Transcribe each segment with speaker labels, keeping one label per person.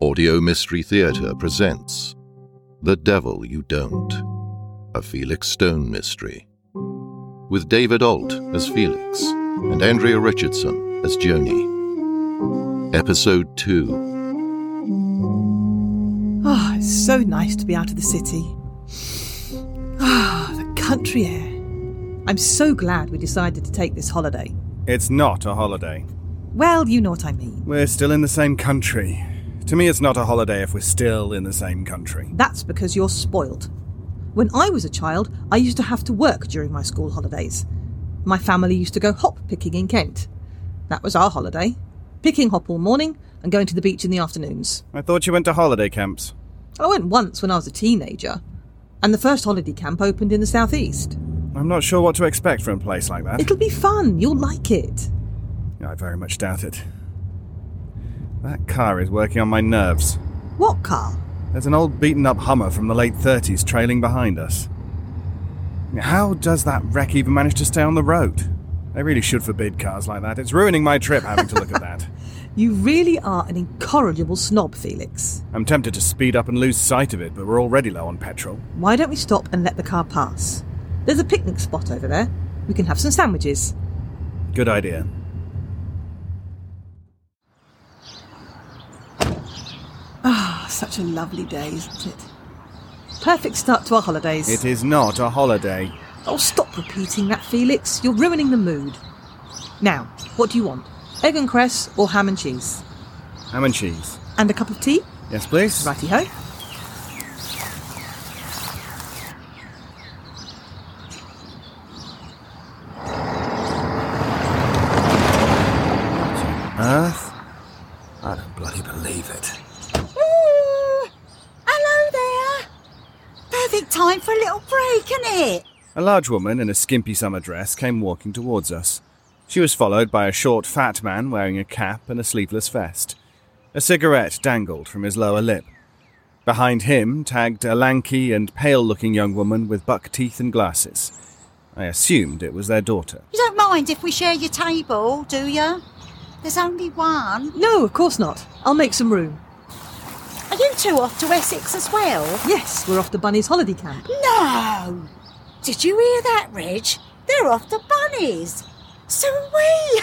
Speaker 1: Audio Mystery Theatre presents The Devil You Don't, a Felix Stone mystery. With David Alt as Felix and Andrea Richardson as Joni. Episode 2
Speaker 2: Ah, it's so nice to be out of the city. Ah, the country air. I'm so glad we decided to take this holiday.
Speaker 3: It's not a holiday.
Speaker 2: Well, you know what I mean.
Speaker 3: We're still in the same country. To me, it's not a holiday if we're still in the same country.
Speaker 2: That's because you're spoiled. When I was a child, I used to have to work during my school holidays. My family used to go hop picking in Kent. That was our holiday. Picking hop all morning and going to the beach in the afternoons.
Speaker 3: I thought you went to holiday camps.
Speaker 2: I went once when I was a teenager, and the first holiday camp opened in the southeast.
Speaker 3: I'm not sure what to expect from a place like that.
Speaker 2: It'll be fun, you'll like it.
Speaker 3: I very much doubt it. That car is working on my nerves.
Speaker 2: What car?
Speaker 3: There's an old beaten up Hummer from the late 30s trailing behind us. How does that wreck even manage to stay on the road? They really should forbid cars like that. It's ruining my trip having to look at that.
Speaker 2: You really are an incorrigible snob, Felix.
Speaker 3: I'm tempted to speed up and lose sight of it, but we're already low on petrol.
Speaker 2: Why don't we stop and let the car pass? There's a picnic spot over there. We can have some sandwiches.
Speaker 3: Good idea.
Speaker 2: Ah, such a lovely day, isn't it? Perfect start to our holidays.
Speaker 3: It is not a holiday.
Speaker 2: Oh, stop repeating that, Felix. You're ruining the mood. Now, what do you want? Egg and cress or ham and cheese?
Speaker 3: Ham and cheese.
Speaker 2: And a cup of tea?
Speaker 3: Yes, please.
Speaker 2: Righty ho.
Speaker 3: Earth? I don't bloody believe it.
Speaker 4: Ooh, Ah, hello there. Perfect time for a little break, isn't it?
Speaker 3: A large woman in a skimpy summer dress came walking towards us. She was followed by a short, fat man wearing a cap and a sleeveless vest. A cigarette dangled from his lower lip. Behind him tagged a lanky and pale looking young woman with buck teeth and glasses. I assumed it was their daughter.
Speaker 4: You don't mind if we share your table, do you? There's only one.
Speaker 2: No, of course not. I'll make some room.
Speaker 4: Are you two off to Essex as well?
Speaker 2: Yes, we're off to Bunny's holiday camp.
Speaker 4: No. Did you hear that, Reg? They're off the bunnies. So are we.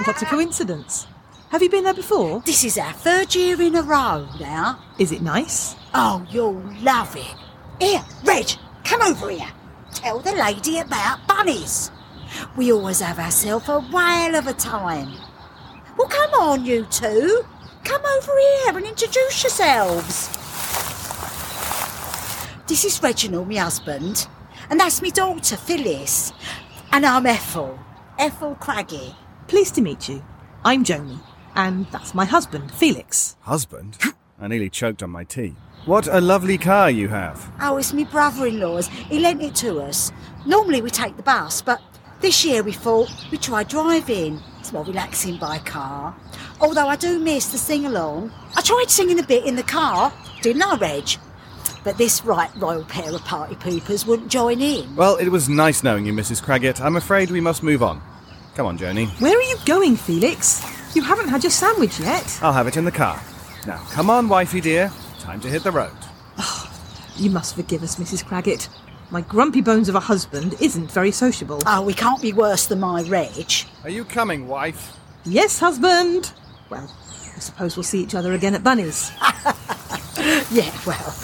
Speaker 2: What a coincidence. Have you been there before?
Speaker 4: this is our third year in a row now.
Speaker 2: Is it nice?
Speaker 4: Oh, you'll love it. Here, Reg, come over here. Tell the lady about bunnies. We always have ourselves a whale of a time. Well, come on, you two. Come over here and introduce yourselves. This is Reginald, my husband, and that's my daughter, Phyllis, and I'm Ethel, Ethel Craggy.
Speaker 2: Pleased to meet you. I'm Joni, and that's my husband, Felix.
Speaker 3: Husband? I nearly choked on my tea. What a lovely car you have.
Speaker 4: Oh, it's my brother-in-law's. He lent it to us. Normally we take the bus, but this year we thought we'd try driving. It's more relaxing by car. Although I do miss the sing-along. I tried singing a bit in the car, didn't I, Reg? But this right royal pair of party poopers wouldn't join in.
Speaker 3: Well, it was nice knowing you, Mrs. Craggett. I'm afraid we must move on. Come on, Joni.
Speaker 2: Where are you going, Felix? You haven't had your sandwich yet.
Speaker 3: I'll have it in the car. Now, come on, wifey dear. Time to hit the road.
Speaker 2: You must forgive us, Mrs. Craggett. My grumpy bones of a husband isn't very sociable.
Speaker 4: Oh, we can't be worse than my Reg.
Speaker 3: Are you coming, wife?
Speaker 2: yes, husband! Well, I suppose we'll see each other again at Bunny's.
Speaker 4: Yeah, well,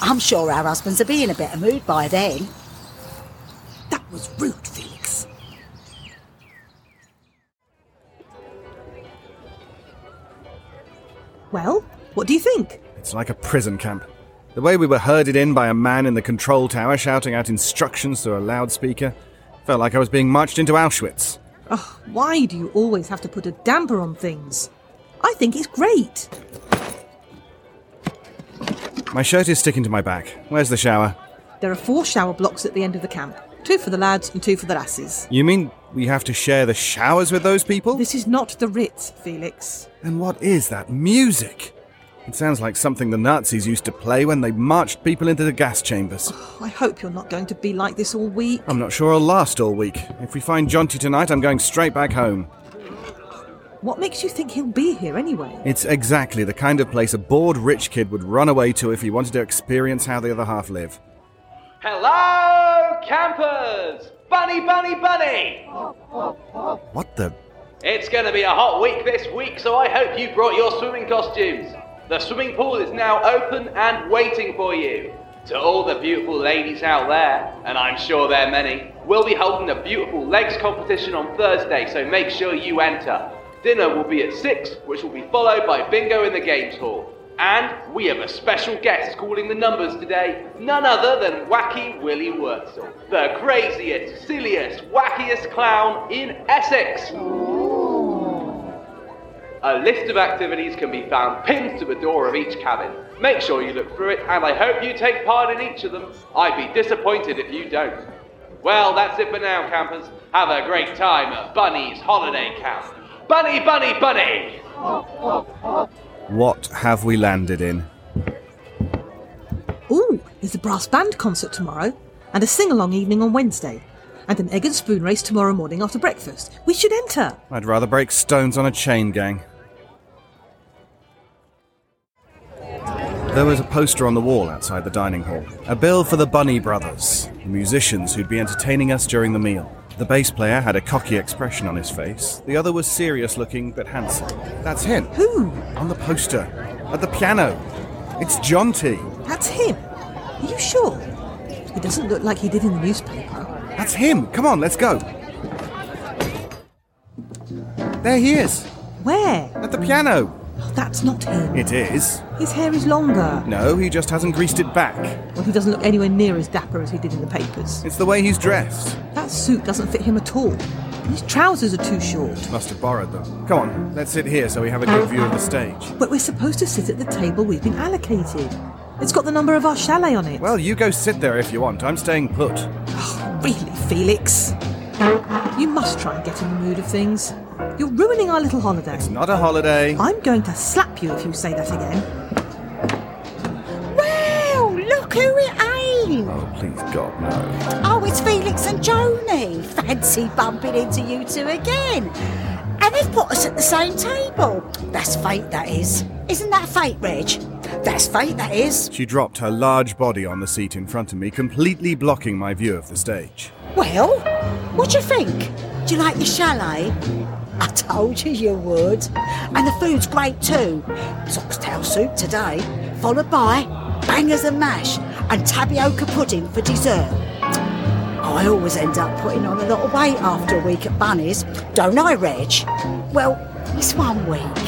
Speaker 4: I'm sure our husbands will be in a better mood by then.
Speaker 2: That was rude, Felix. Well, what do you think?
Speaker 3: It's like a prison camp. The way we were herded in by a man in the control tower shouting out instructions through a loudspeaker felt like I was being marched into Auschwitz.
Speaker 2: Oh, why do you always have to put a damper on things? I think it's great.
Speaker 3: My shirt is sticking to my back. Where's the shower?
Speaker 2: There are four shower blocks at the end of the camp two for the lads and two for the lasses.
Speaker 3: You mean we have to share the showers with those people?
Speaker 2: This is not the Ritz, Felix.
Speaker 3: And what is that music? It sounds like something the Nazis used to play when they marched people into the gas chambers.
Speaker 2: Oh, I hope you're not going to be like this all week.
Speaker 3: Um, I'm not sure I'll last all week. If we find Jonty tonight, I'm going straight back home.
Speaker 2: What makes you think he'll be here anyway?
Speaker 3: It's exactly the kind of place a bored rich kid would run away to if he wanted to experience how the other half live.
Speaker 5: Hello, campers! Bunny, bunny, bunny!
Speaker 3: What the?
Speaker 5: It's going to be a hot week this week, so I hope you brought your swimming costumes. The swimming pool is now open and waiting for you. To all the beautiful ladies out there, and I'm sure there are many, we'll be holding a beautiful legs competition on Thursday, so make sure you enter. Dinner will be at 6, which will be followed by bingo in the games hall. And we have a special guest calling the numbers today, none other than Wacky Willie Wurzel, the craziest, silliest, wackiest clown in Essex. A list of activities can be found pinned to the door of each cabin. Make sure you look through it, and I hope you take part in each of them. I'd be disappointed if you don't. Well, that's it for now, campers. Have a great time at Bunny's Holiday Camp. Bunny, bunny, bunny!
Speaker 3: What have we landed in?
Speaker 2: Ooh, there's a brass band concert tomorrow, and a sing along evening on Wednesday, and an egg and spoon race tomorrow morning after breakfast. We should enter.
Speaker 3: I'd rather break stones on a chain gang. There was a poster on the wall outside the dining hall. A bill for the Bunny Brothers, the musicians who'd be entertaining us during the meal. The bass player had a cocky expression on his face. The other was serious looking but handsome. That's him.
Speaker 2: Who?
Speaker 3: On the poster. At the piano. It's John T.
Speaker 2: That's him. Are you sure? He doesn't look like he did in the newspaper.
Speaker 3: That's him. Come on, let's go. There he is.
Speaker 2: Where?
Speaker 3: At the piano.
Speaker 2: Oh, that's not him.
Speaker 3: It is.
Speaker 2: His hair is longer.
Speaker 3: No, he just hasn't greased it back.
Speaker 2: Well, he doesn't look anywhere near as dapper as he did in the papers.
Speaker 3: It's the way he's dressed.
Speaker 2: That suit doesn't fit him at all. His trousers are too short.
Speaker 3: Must have borrowed them. Come on, let's sit here so we have a good view of the stage.
Speaker 2: But we're supposed to sit at the table we've been allocated. It's got the number of our chalet on it.
Speaker 3: Well, you go sit there if you want. I'm staying put.
Speaker 2: really, Felix. You must try and get in the mood of things. You're ruining our little holiday.
Speaker 3: It's not a holiday.
Speaker 2: I'm going to slap you if you say that again.
Speaker 4: Wow, look who it ain't.
Speaker 3: Oh, please, God, no.
Speaker 4: Oh, it's Felix and Joni. Fancy bumping into you two again. And they've put us at the same table. That's fate, that is. Isn't that fate, Reg? That's fate, that is.
Speaker 3: She dropped her large body on the seat in front of me, completely blocking my view of the stage.
Speaker 4: Well, what do you think? Do you like your chalet? I told you you would. And the food's great too. It's oxtail soup today, followed by bangers and mash and tapioca pudding for dessert. I always end up putting on a lot of weight after a week at Bunny's, don't I, Reg? Well, it's one week.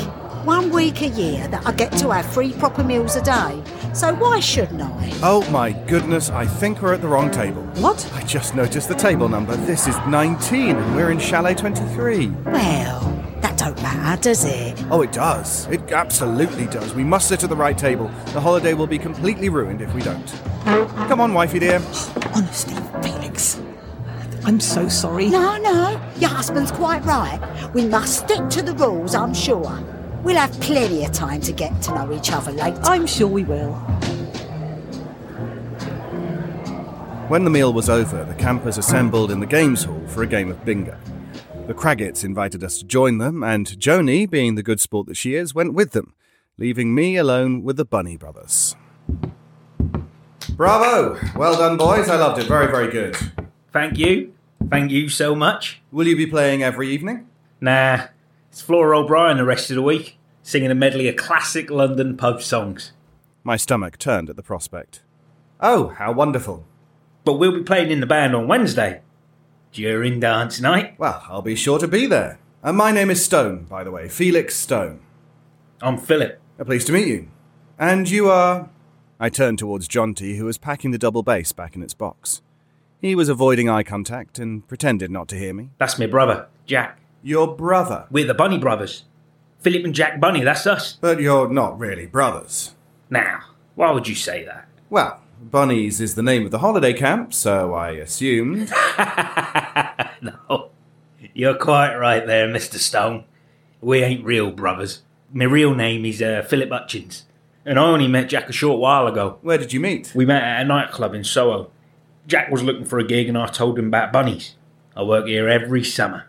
Speaker 4: One week a year that I get to have three proper meals a day. So why shouldn't I?
Speaker 3: Oh my goodness, I think we're at the wrong table.
Speaker 2: What?
Speaker 3: I just noticed the table number. This is 19, and we're in Chalet 23.
Speaker 4: Well, that don't matter, does it?
Speaker 3: Oh, it does. It absolutely does. We must sit at the right table. The holiday will be completely ruined if we don't. Come on, wifey dear.
Speaker 2: Honestly, Felix. I'm so sorry.
Speaker 4: No, no, your husband's quite right. We must stick to the rules, I'm sure. We'll have plenty of time to get to know each other later.
Speaker 2: I'm sure we will.
Speaker 3: When the meal was over, the campers assembled in the games hall for a game of bingo. The Craggits invited us to join them, and Joni, being the good sport that she is, went with them, leaving me alone with the Bunny Brothers. Bravo! Well done, boys. I loved it. Very, very good.
Speaker 6: Thank you. Thank you so much.
Speaker 3: Will you be playing every evening?
Speaker 6: Nah, it's Flora O'Brien the rest of the week, singing a medley of classic London pub songs.
Speaker 3: My stomach turned at the prospect. Oh, how wonderful.
Speaker 6: But we'll be playing in the band on Wednesday during dance night.
Speaker 3: Well, I'll be sure to be there. And my name is Stone, by the way, Felix Stone.
Speaker 6: I'm Philip.
Speaker 3: Uh, Pleased to meet you. And you are. I turned towards Jonty, who was packing the double bass back in its box. He was avoiding eye contact and pretended not to hear me.
Speaker 6: That's my brother, Jack.
Speaker 3: Your brother.
Speaker 6: We're the Bunny Brothers. Philip and Jack Bunny, that's us.
Speaker 3: But you're not really brothers.
Speaker 6: Now, why would you say that?
Speaker 3: Well, Bunnies is the name of the holiday camp, so I assumed.
Speaker 6: No, Oh, you're quite right there, Mr. Stone. We ain't real brothers. My real name is uh, Philip Hutchins, and I only met Jack a short while ago.
Speaker 3: Where did you meet?
Speaker 6: We met at a nightclub in Soho. Jack was looking for a gig and I told him about bunnies. I work here every summer.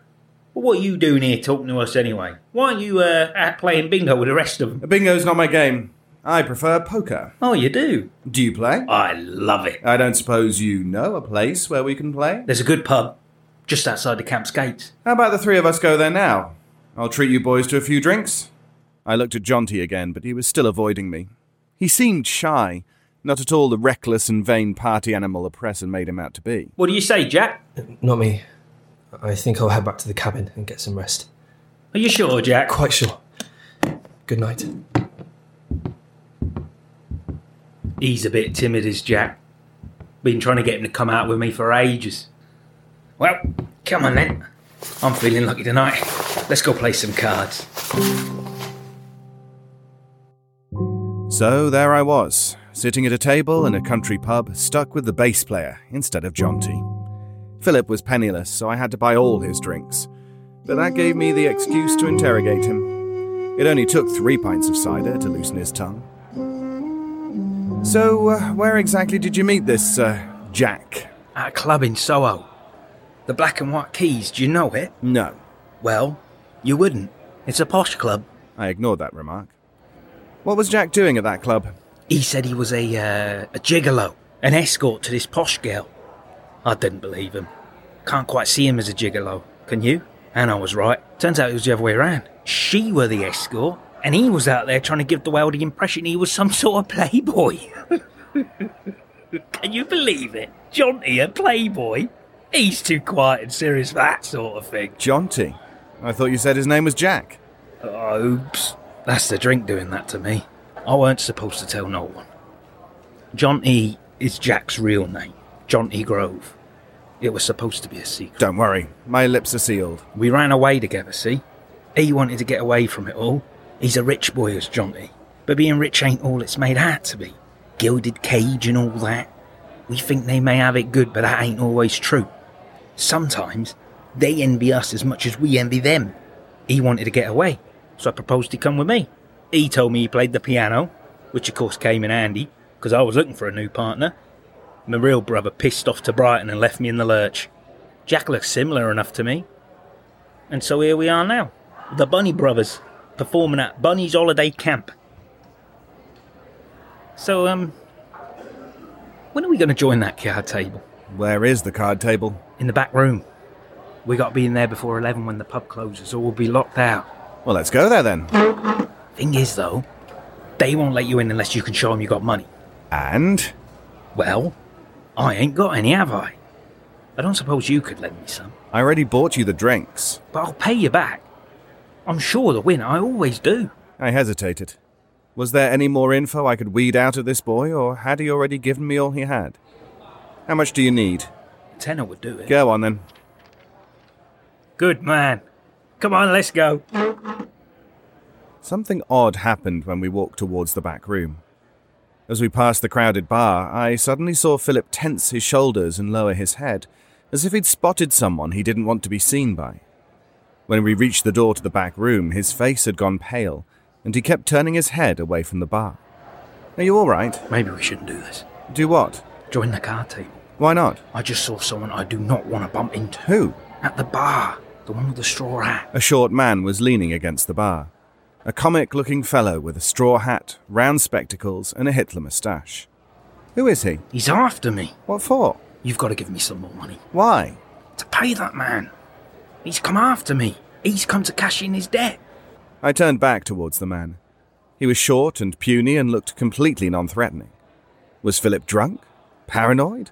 Speaker 6: Well, what are you doing here talking to us anyway? Why aren't you uh, out playing bingo with the rest of them?
Speaker 3: Bingo's not my game. I prefer poker.
Speaker 6: Oh, you do?
Speaker 3: Do you play?
Speaker 6: I love it.
Speaker 3: I don't suppose you know a place where we can play?
Speaker 6: There's a good pub just outside the camp's gates.
Speaker 3: How about the three of us go there now? I'll treat you boys to a few drinks. I looked at Jonty again, but he was still avoiding me. He seemed shy, not at all the reckless and vain party animal the press had made him out to be.
Speaker 6: What do you say, Jack?
Speaker 7: Not me. I think I'll head back to the cabin and get some rest.
Speaker 6: Are you sure, Jack?
Speaker 7: Quite sure. Good night.
Speaker 6: He's a bit timid, is Jack. Been trying to get him to come out with me for ages. Well, come on then. I'm feeling lucky tonight. Let's go play some cards.
Speaker 3: So there I was, sitting at a table in a country pub, stuck with the bass player instead of Jonty. Philip was penniless, so I had to buy all his drinks. But that gave me the excuse to interrogate him. It only took three pints of cider to loosen his tongue. So, uh, where exactly did you meet this, uh, Jack?
Speaker 6: At a club in Soho. The Black and White Keys, do you know it?
Speaker 3: No,
Speaker 6: Well, you wouldn't. It's a posh club.
Speaker 3: I ignored that remark. What was Jack doing at that club?
Speaker 6: He said he was a, uh, a gigolo, an escort to this posh girl. I didn't believe him. Can't quite see him as a gigolo, can you? And I was right. Turns out it was the other way around. She were the escort, and he was out there trying to give the world the impression he was some sort of playboy. can you believe it? Jaunty, a playboy? He's too quiet and serious for that sort of thing.
Speaker 3: Jaunty. I thought you said his name was Jack.
Speaker 6: Oh, Oops. That's the drink doing that to me. I weren't supposed to tell no one. John E is Jack's real name, John E Grove. It was supposed to be a secret.
Speaker 3: Don't worry, my lips are sealed.
Speaker 6: We ran away together, see? He wanted to get away from it all. He's a rich boy, is John E. But being rich ain't all it's made out to be. Gilded cage and all that. We think they may have it good, but that ain't always true. Sometimes they envy us as much as we envy them. He wanted to get away, so I proposed he come with me. He told me he played the piano, which of course came in handy, because I was looking for a new partner. My real brother pissed off to Brighton and left me in the lurch. Jack looks similar enough to me. And so here we are now, the Bunny Brothers, performing at Bunny's Holiday Camp. So, um, when are we going to join that card table?
Speaker 3: Where is the card table?
Speaker 6: In the back room. We got to be in there before 11 when the pub closes, or we'll be locked out.
Speaker 3: Well, let's go there then.
Speaker 6: Thing is, though, they won't let you in unless you can show them you got money.
Speaker 3: And?
Speaker 6: Well, I ain't got any, have I? I don't suppose you could lend me some,
Speaker 3: I already bought you the drinks.
Speaker 6: but I'll pay you back. I'm sure the win, I always do.
Speaker 3: I hesitated. Was there any more info I could weed out of this boy, or had he already given me all he had? How much do you need?
Speaker 6: Tenner would do it.
Speaker 3: Go on then.
Speaker 6: Good man. Come on, let's go.
Speaker 3: Something odd happened when we walked towards the back room. As we passed the crowded bar, I suddenly saw Philip tense his shoulders and lower his head, as if he'd spotted someone he didn't want to be seen by. When we reached the door to the back room, his face had gone pale, and he kept turning his head away from the bar. Are you all right?
Speaker 6: Maybe we shouldn't do this.
Speaker 3: Do what?
Speaker 6: Join the card table.
Speaker 3: Why not?
Speaker 6: I just saw someone I do not want to bump into.
Speaker 3: Who?
Speaker 6: At the bar. The one with the straw hat.
Speaker 3: A short man was leaning against the bar. A comic looking fellow with a straw hat, round spectacles, and a Hitler moustache. Who is he?
Speaker 6: He's after me.
Speaker 3: What for?
Speaker 6: You've got to give me some more money.
Speaker 3: Why?
Speaker 6: To pay that man. He's come after me. He's come to cash in his debt.
Speaker 3: I turned back towards the man. He was short and puny and looked completely non threatening. Was Philip drunk? Paranoid?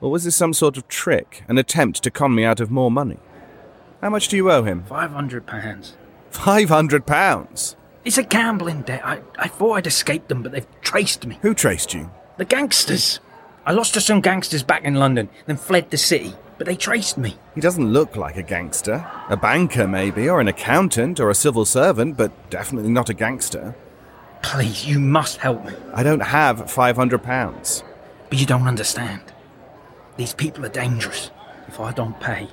Speaker 3: Or was this some sort of trick, an attempt to con me out of more money? How much do you owe him?
Speaker 6: Five hundred pounds.
Speaker 3: Five hundred pounds!
Speaker 6: It's a gambling debt. I, I thought I'd escaped them, but they've traced me.
Speaker 3: Who traced you?
Speaker 6: The gangsters. I lost to some gangsters back in London, then fled the city, but they traced me.
Speaker 3: He doesn't look like a gangster. A banker, maybe, or an accountant, or a civil servant, but definitely not a gangster.
Speaker 6: Please, you must help me.
Speaker 3: I don't have £500.
Speaker 6: But you don't understand. These people are dangerous. If I don't pay,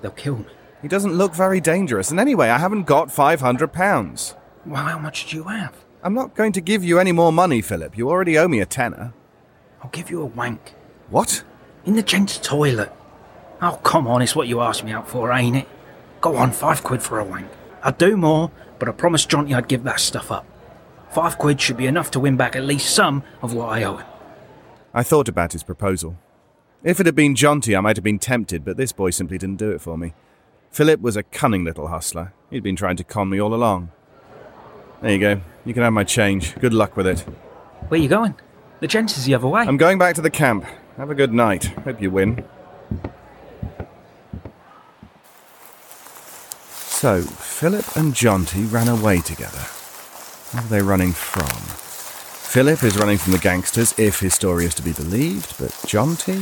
Speaker 6: they'll kill me.
Speaker 3: He doesn't look very dangerous, and anyway, I haven't got £500.
Speaker 6: Well, how much do you have?
Speaker 3: I'm not going to give you any more money, Philip. You already owe me a tenner.
Speaker 6: I'll give you a wank.
Speaker 3: What?
Speaker 6: In the gents' toilet. Oh, come on, it's what you asked me out for, ain't it? Go on, five quid for a wank. I'd do more, but I promised Johnny I'd give that stuff up. Five quid should be enough to win back at least some of what I owe him.
Speaker 3: I thought about his proposal. If it had been Jonty, I might have been tempted, but this boy simply didn't do it for me. Philip was a cunning little hustler. He'd been trying to con me all along. There you go. You can have my change. Good luck with it.
Speaker 6: Where you going? The gents is the other way.
Speaker 3: I'm going back to the camp. Have a good night. Hope you win. So, Philip and Jonty ran away together. What are they running from? Philip is running from the gangsters, if his story is to be believed, but Jonty?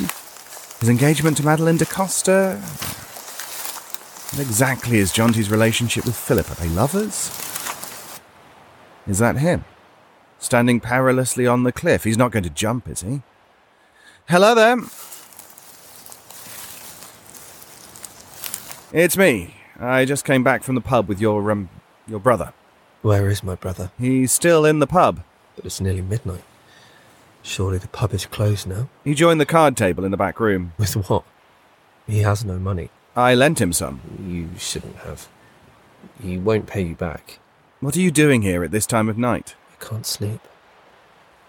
Speaker 3: His engagement to Madeline da Costa? What exactly is Jonty's relationship with Philip? Are they lovers? Is that him? Standing perilously on the cliff. He's not going to jump, is he? Hello there. It's me. I just came back from the pub with your um, your brother.
Speaker 7: Where is my brother?
Speaker 3: He's still in the pub.
Speaker 7: But it's nearly midnight. Surely the pub is closed now.
Speaker 3: He joined the card table in the back room.
Speaker 7: With what? He has no money.
Speaker 3: I lent him some.
Speaker 7: You shouldn't have. He won't pay you back.
Speaker 3: What are you doing here at this time of night?
Speaker 7: I can't sleep.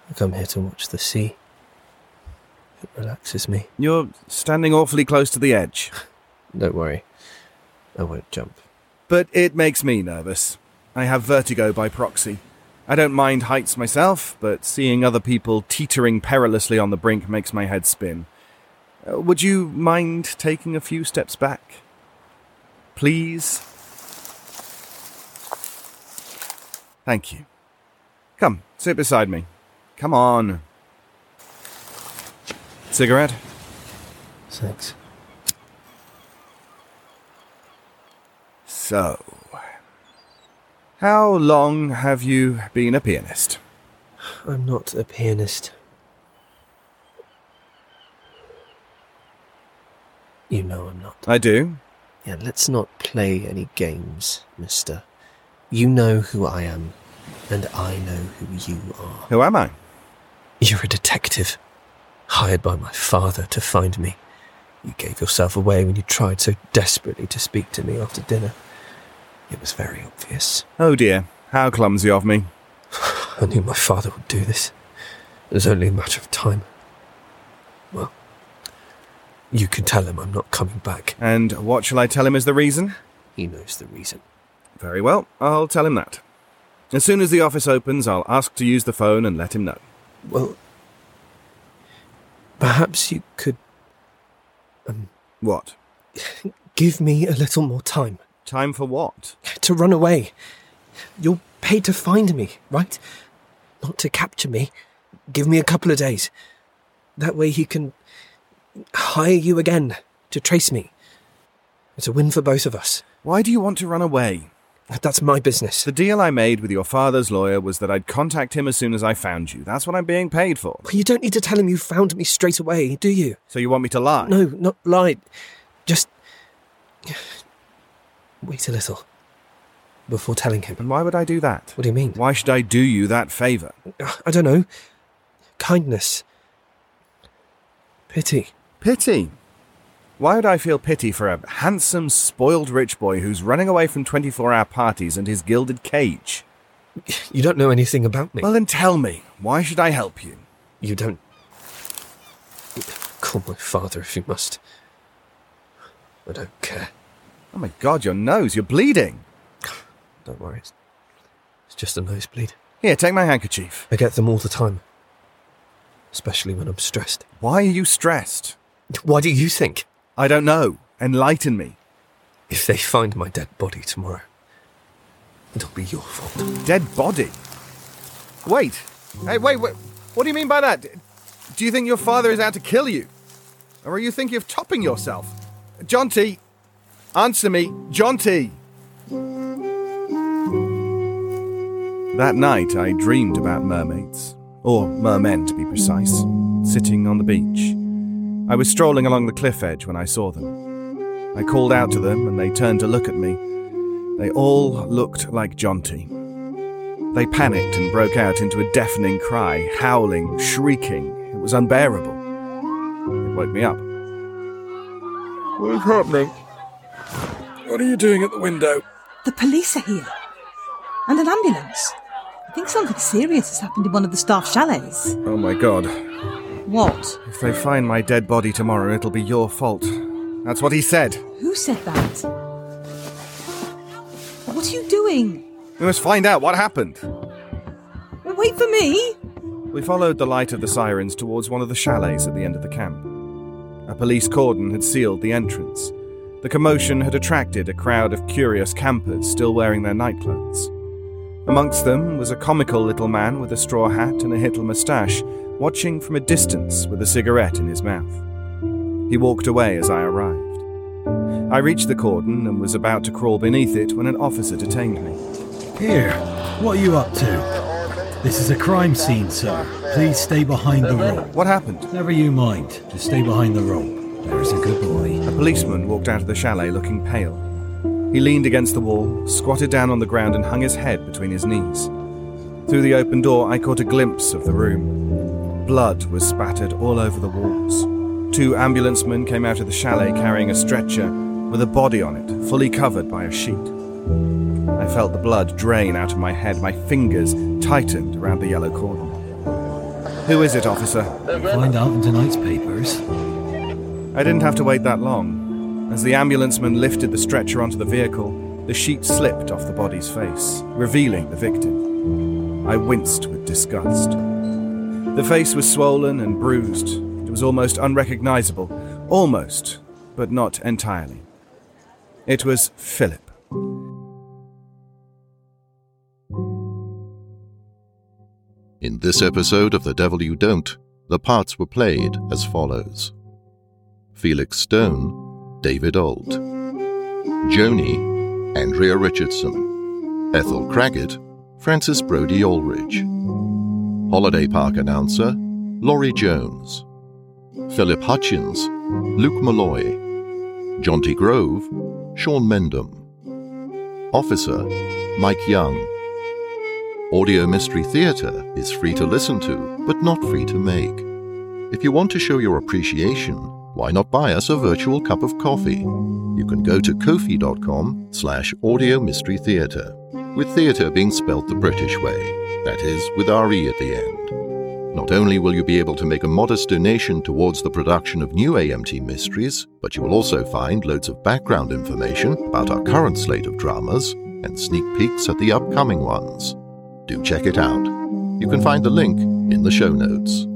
Speaker 7: I come here to watch the sea. It relaxes me.
Speaker 3: You're standing awfully close to the edge.
Speaker 7: Don't worry. I won't jump.
Speaker 3: But it makes me nervous. I have vertigo by proxy. I don't mind heights myself, but seeing other people teetering perilously on the brink makes my head spin. Uh, would you mind taking a few steps back? Please? Thank you. Come, sit beside me. Come on. Cigarette?
Speaker 7: Thanks.
Speaker 3: So, how long have you been a pianist?
Speaker 7: I'm not a pianist. You know I'm not.
Speaker 3: I do.
Speaker 7: Yeah, let's not play any games, mister. You know who I am, and I know who you are.
Speaker 3: Who am I?
Speaker 7: You're a detective, hired by my father to find me. You gave yourself away when you tried so desperately to speak to me after dinner. It was very obvious.
Speaker 3: Oh dear, how clumsy of me.
Speaker 7: I knew my father would do this. It was only a matter of time. Well, you can tell him I'm not coming back.
Speaker 3: And what shall I tell him is the reason?
Speaker 7: He knows the reason.
Speaker 3: Very well, I'll tell him that. As soon as the office opens, I'll ask to use the phone and let him know.
Speaker 7: Well, perhaps you could
Speaker 3: What?
Speaker 7: give me a little more time
Speaker 3: Time for what?
Speaker 7: to run away. You're paid to find me, right? Not to capture me. Give me a couple of days. That way he can hire you again to trace me. It's a win for both of us.
Speaker 3: Why do you want to run away?
Speaker 7: That's my business.
Speaker 3: The deal I made with your father's lawyer was that I'd contact him as soon as I found you. That's what I'm being paid for.
Speaker 7: Well, you don't need to tell him you found me straight away, do you?
Speaker 3: So you want me to lie?
Speaker 7: No, not lie. Just wait a little before telling him.
Speaker 3: And why would I do that?
Speaker 7: What do you mean?
Speaker 3: Why should I do you that favour?
Speaker 7: I don't know. Kindness. Pity.
Speaker 3: Pity. Why would I feel pity for a handsome, spoiled rich boy who's running away from 24 hour parties and his gilded cage?
Speaker 7: You don't know anything about me.
Speaker 3: Well, then tell me, why should I help you?
Speaker 7: you don't. Call my father if you must. I don't care.
Speaker 3: Oh my god, your nose, you're bleeding.
Speaker 7: Don't worry. It's- It's just a nosebleed.
Speaker 3: Here, take my handkerchief.
Speaker 7: I get them all the time. Especially when I'm stressed.
Speaker 3: Why are you stressed?
Speaker 7: Why do you think?
Speaker 3: I don't know. Enlighten me.
Speaker 7: If they find my dead body tomorrow, it'll be your fault.
Speaker 3: Dead body. Wait. Hey, wait, wait. What do you mean by that? Do you think your father is out to kill you? Or are you thinking of topping yourself? John T. Answer me, John T. That night I dreamed about mermaids, or mermen to be precise, sitting on the beach. I was strolling along the cliff edge when I saw them. I called out to them and they turned to look at me. They all looked like Jonty. They panicked and broke out into a deafening cry, howling, shrieking. It was unbearable. It woke me up.
Speaker 8: What is happening? What are you doing at the window?
Speaker 2: The police are here. And an ambulance. I think something serious has happened in one of the staff chalets.
Speaker 3: Oh my god.
Speaker 2: What?
Speaker 3: If they find my dead body tomorrow, it'll be your fault. That's what he said.
Speaker 2: Who said that? What are you doing?
Speaker 3: We must find out what happened.
Speaker 2: Wait for me!
Speaker 3: We followed the light of the sirens towards one of the chalets at the end of the camp. A police cordon had sealed the entrance. The commotion had attracted a crowd of curious campers still wearing their nightclothes. Amongst them was a comical little man with a straw hat and a Hitler moustache, watching from a distance with a cigarette in his mouth. He walked away as I arrived. I reached the cordon and was about to crawl beneath it when an officer detained me.
Speaker 9: Here, what are you up to? This is a crime scene, sir. Please stay behind the rope.
Speaker 3: What happened?
Speaker 9: Never you mind. Just stay behind the rope. There's a good boy.
Speaker 3: A policeman walked out of the chalet looking pale. He leaned against the wall, squatted down on the ground, and hung his head between his knees. Through the open door, I caught a glimpse of the room. Blood was spattered all over the walls. Two ambulance men came out of the chalet carrying a stretcher with a body on it, fully covered by a sheet. I felt the blood drain out of my head, my fingers tightened around the yellow cordon. Who is it, officer?
Speaker 9: Find out in tonight's papers.
Speaker 3: I didn't have to wait that long. As the ambulanceman lifted the stretcher onto the vehicle, the sheet slipped off the body's face, revealing the victim. I winced with disgust. The face was swollen and bruised. It was almost unrecognizable. Almost, but not entirely. It was Philip.
Speaker 1: In this episode of The Devil You Don't, the parts were played as follows Felix Stone, David Ault, Joni, Andrea Richardson, Ethel Craggett, Francis Brodie Ulrich, Holiday Park announcer, Laurie Jones, Philip Hutchins, Luke Malloy, Jonty Grove, Sean Mendham, Officer, Mike Young. Audio Mystery Theatre is free to listen to, but not free to make. If you want to show your appreciation, why not buy us a virtual cup of coffee? You can go to ko-fi.com slash audio mystery theatre, with theatre being spelt the British way, that is, with RE at the end. Not only will you be able to make a modest donation towards the production of new AMT mysteries, but you will also find loads of background information about our current slate of dramas and sneak peeks at the upcoming ones do check it out. You can find the link in the show notes.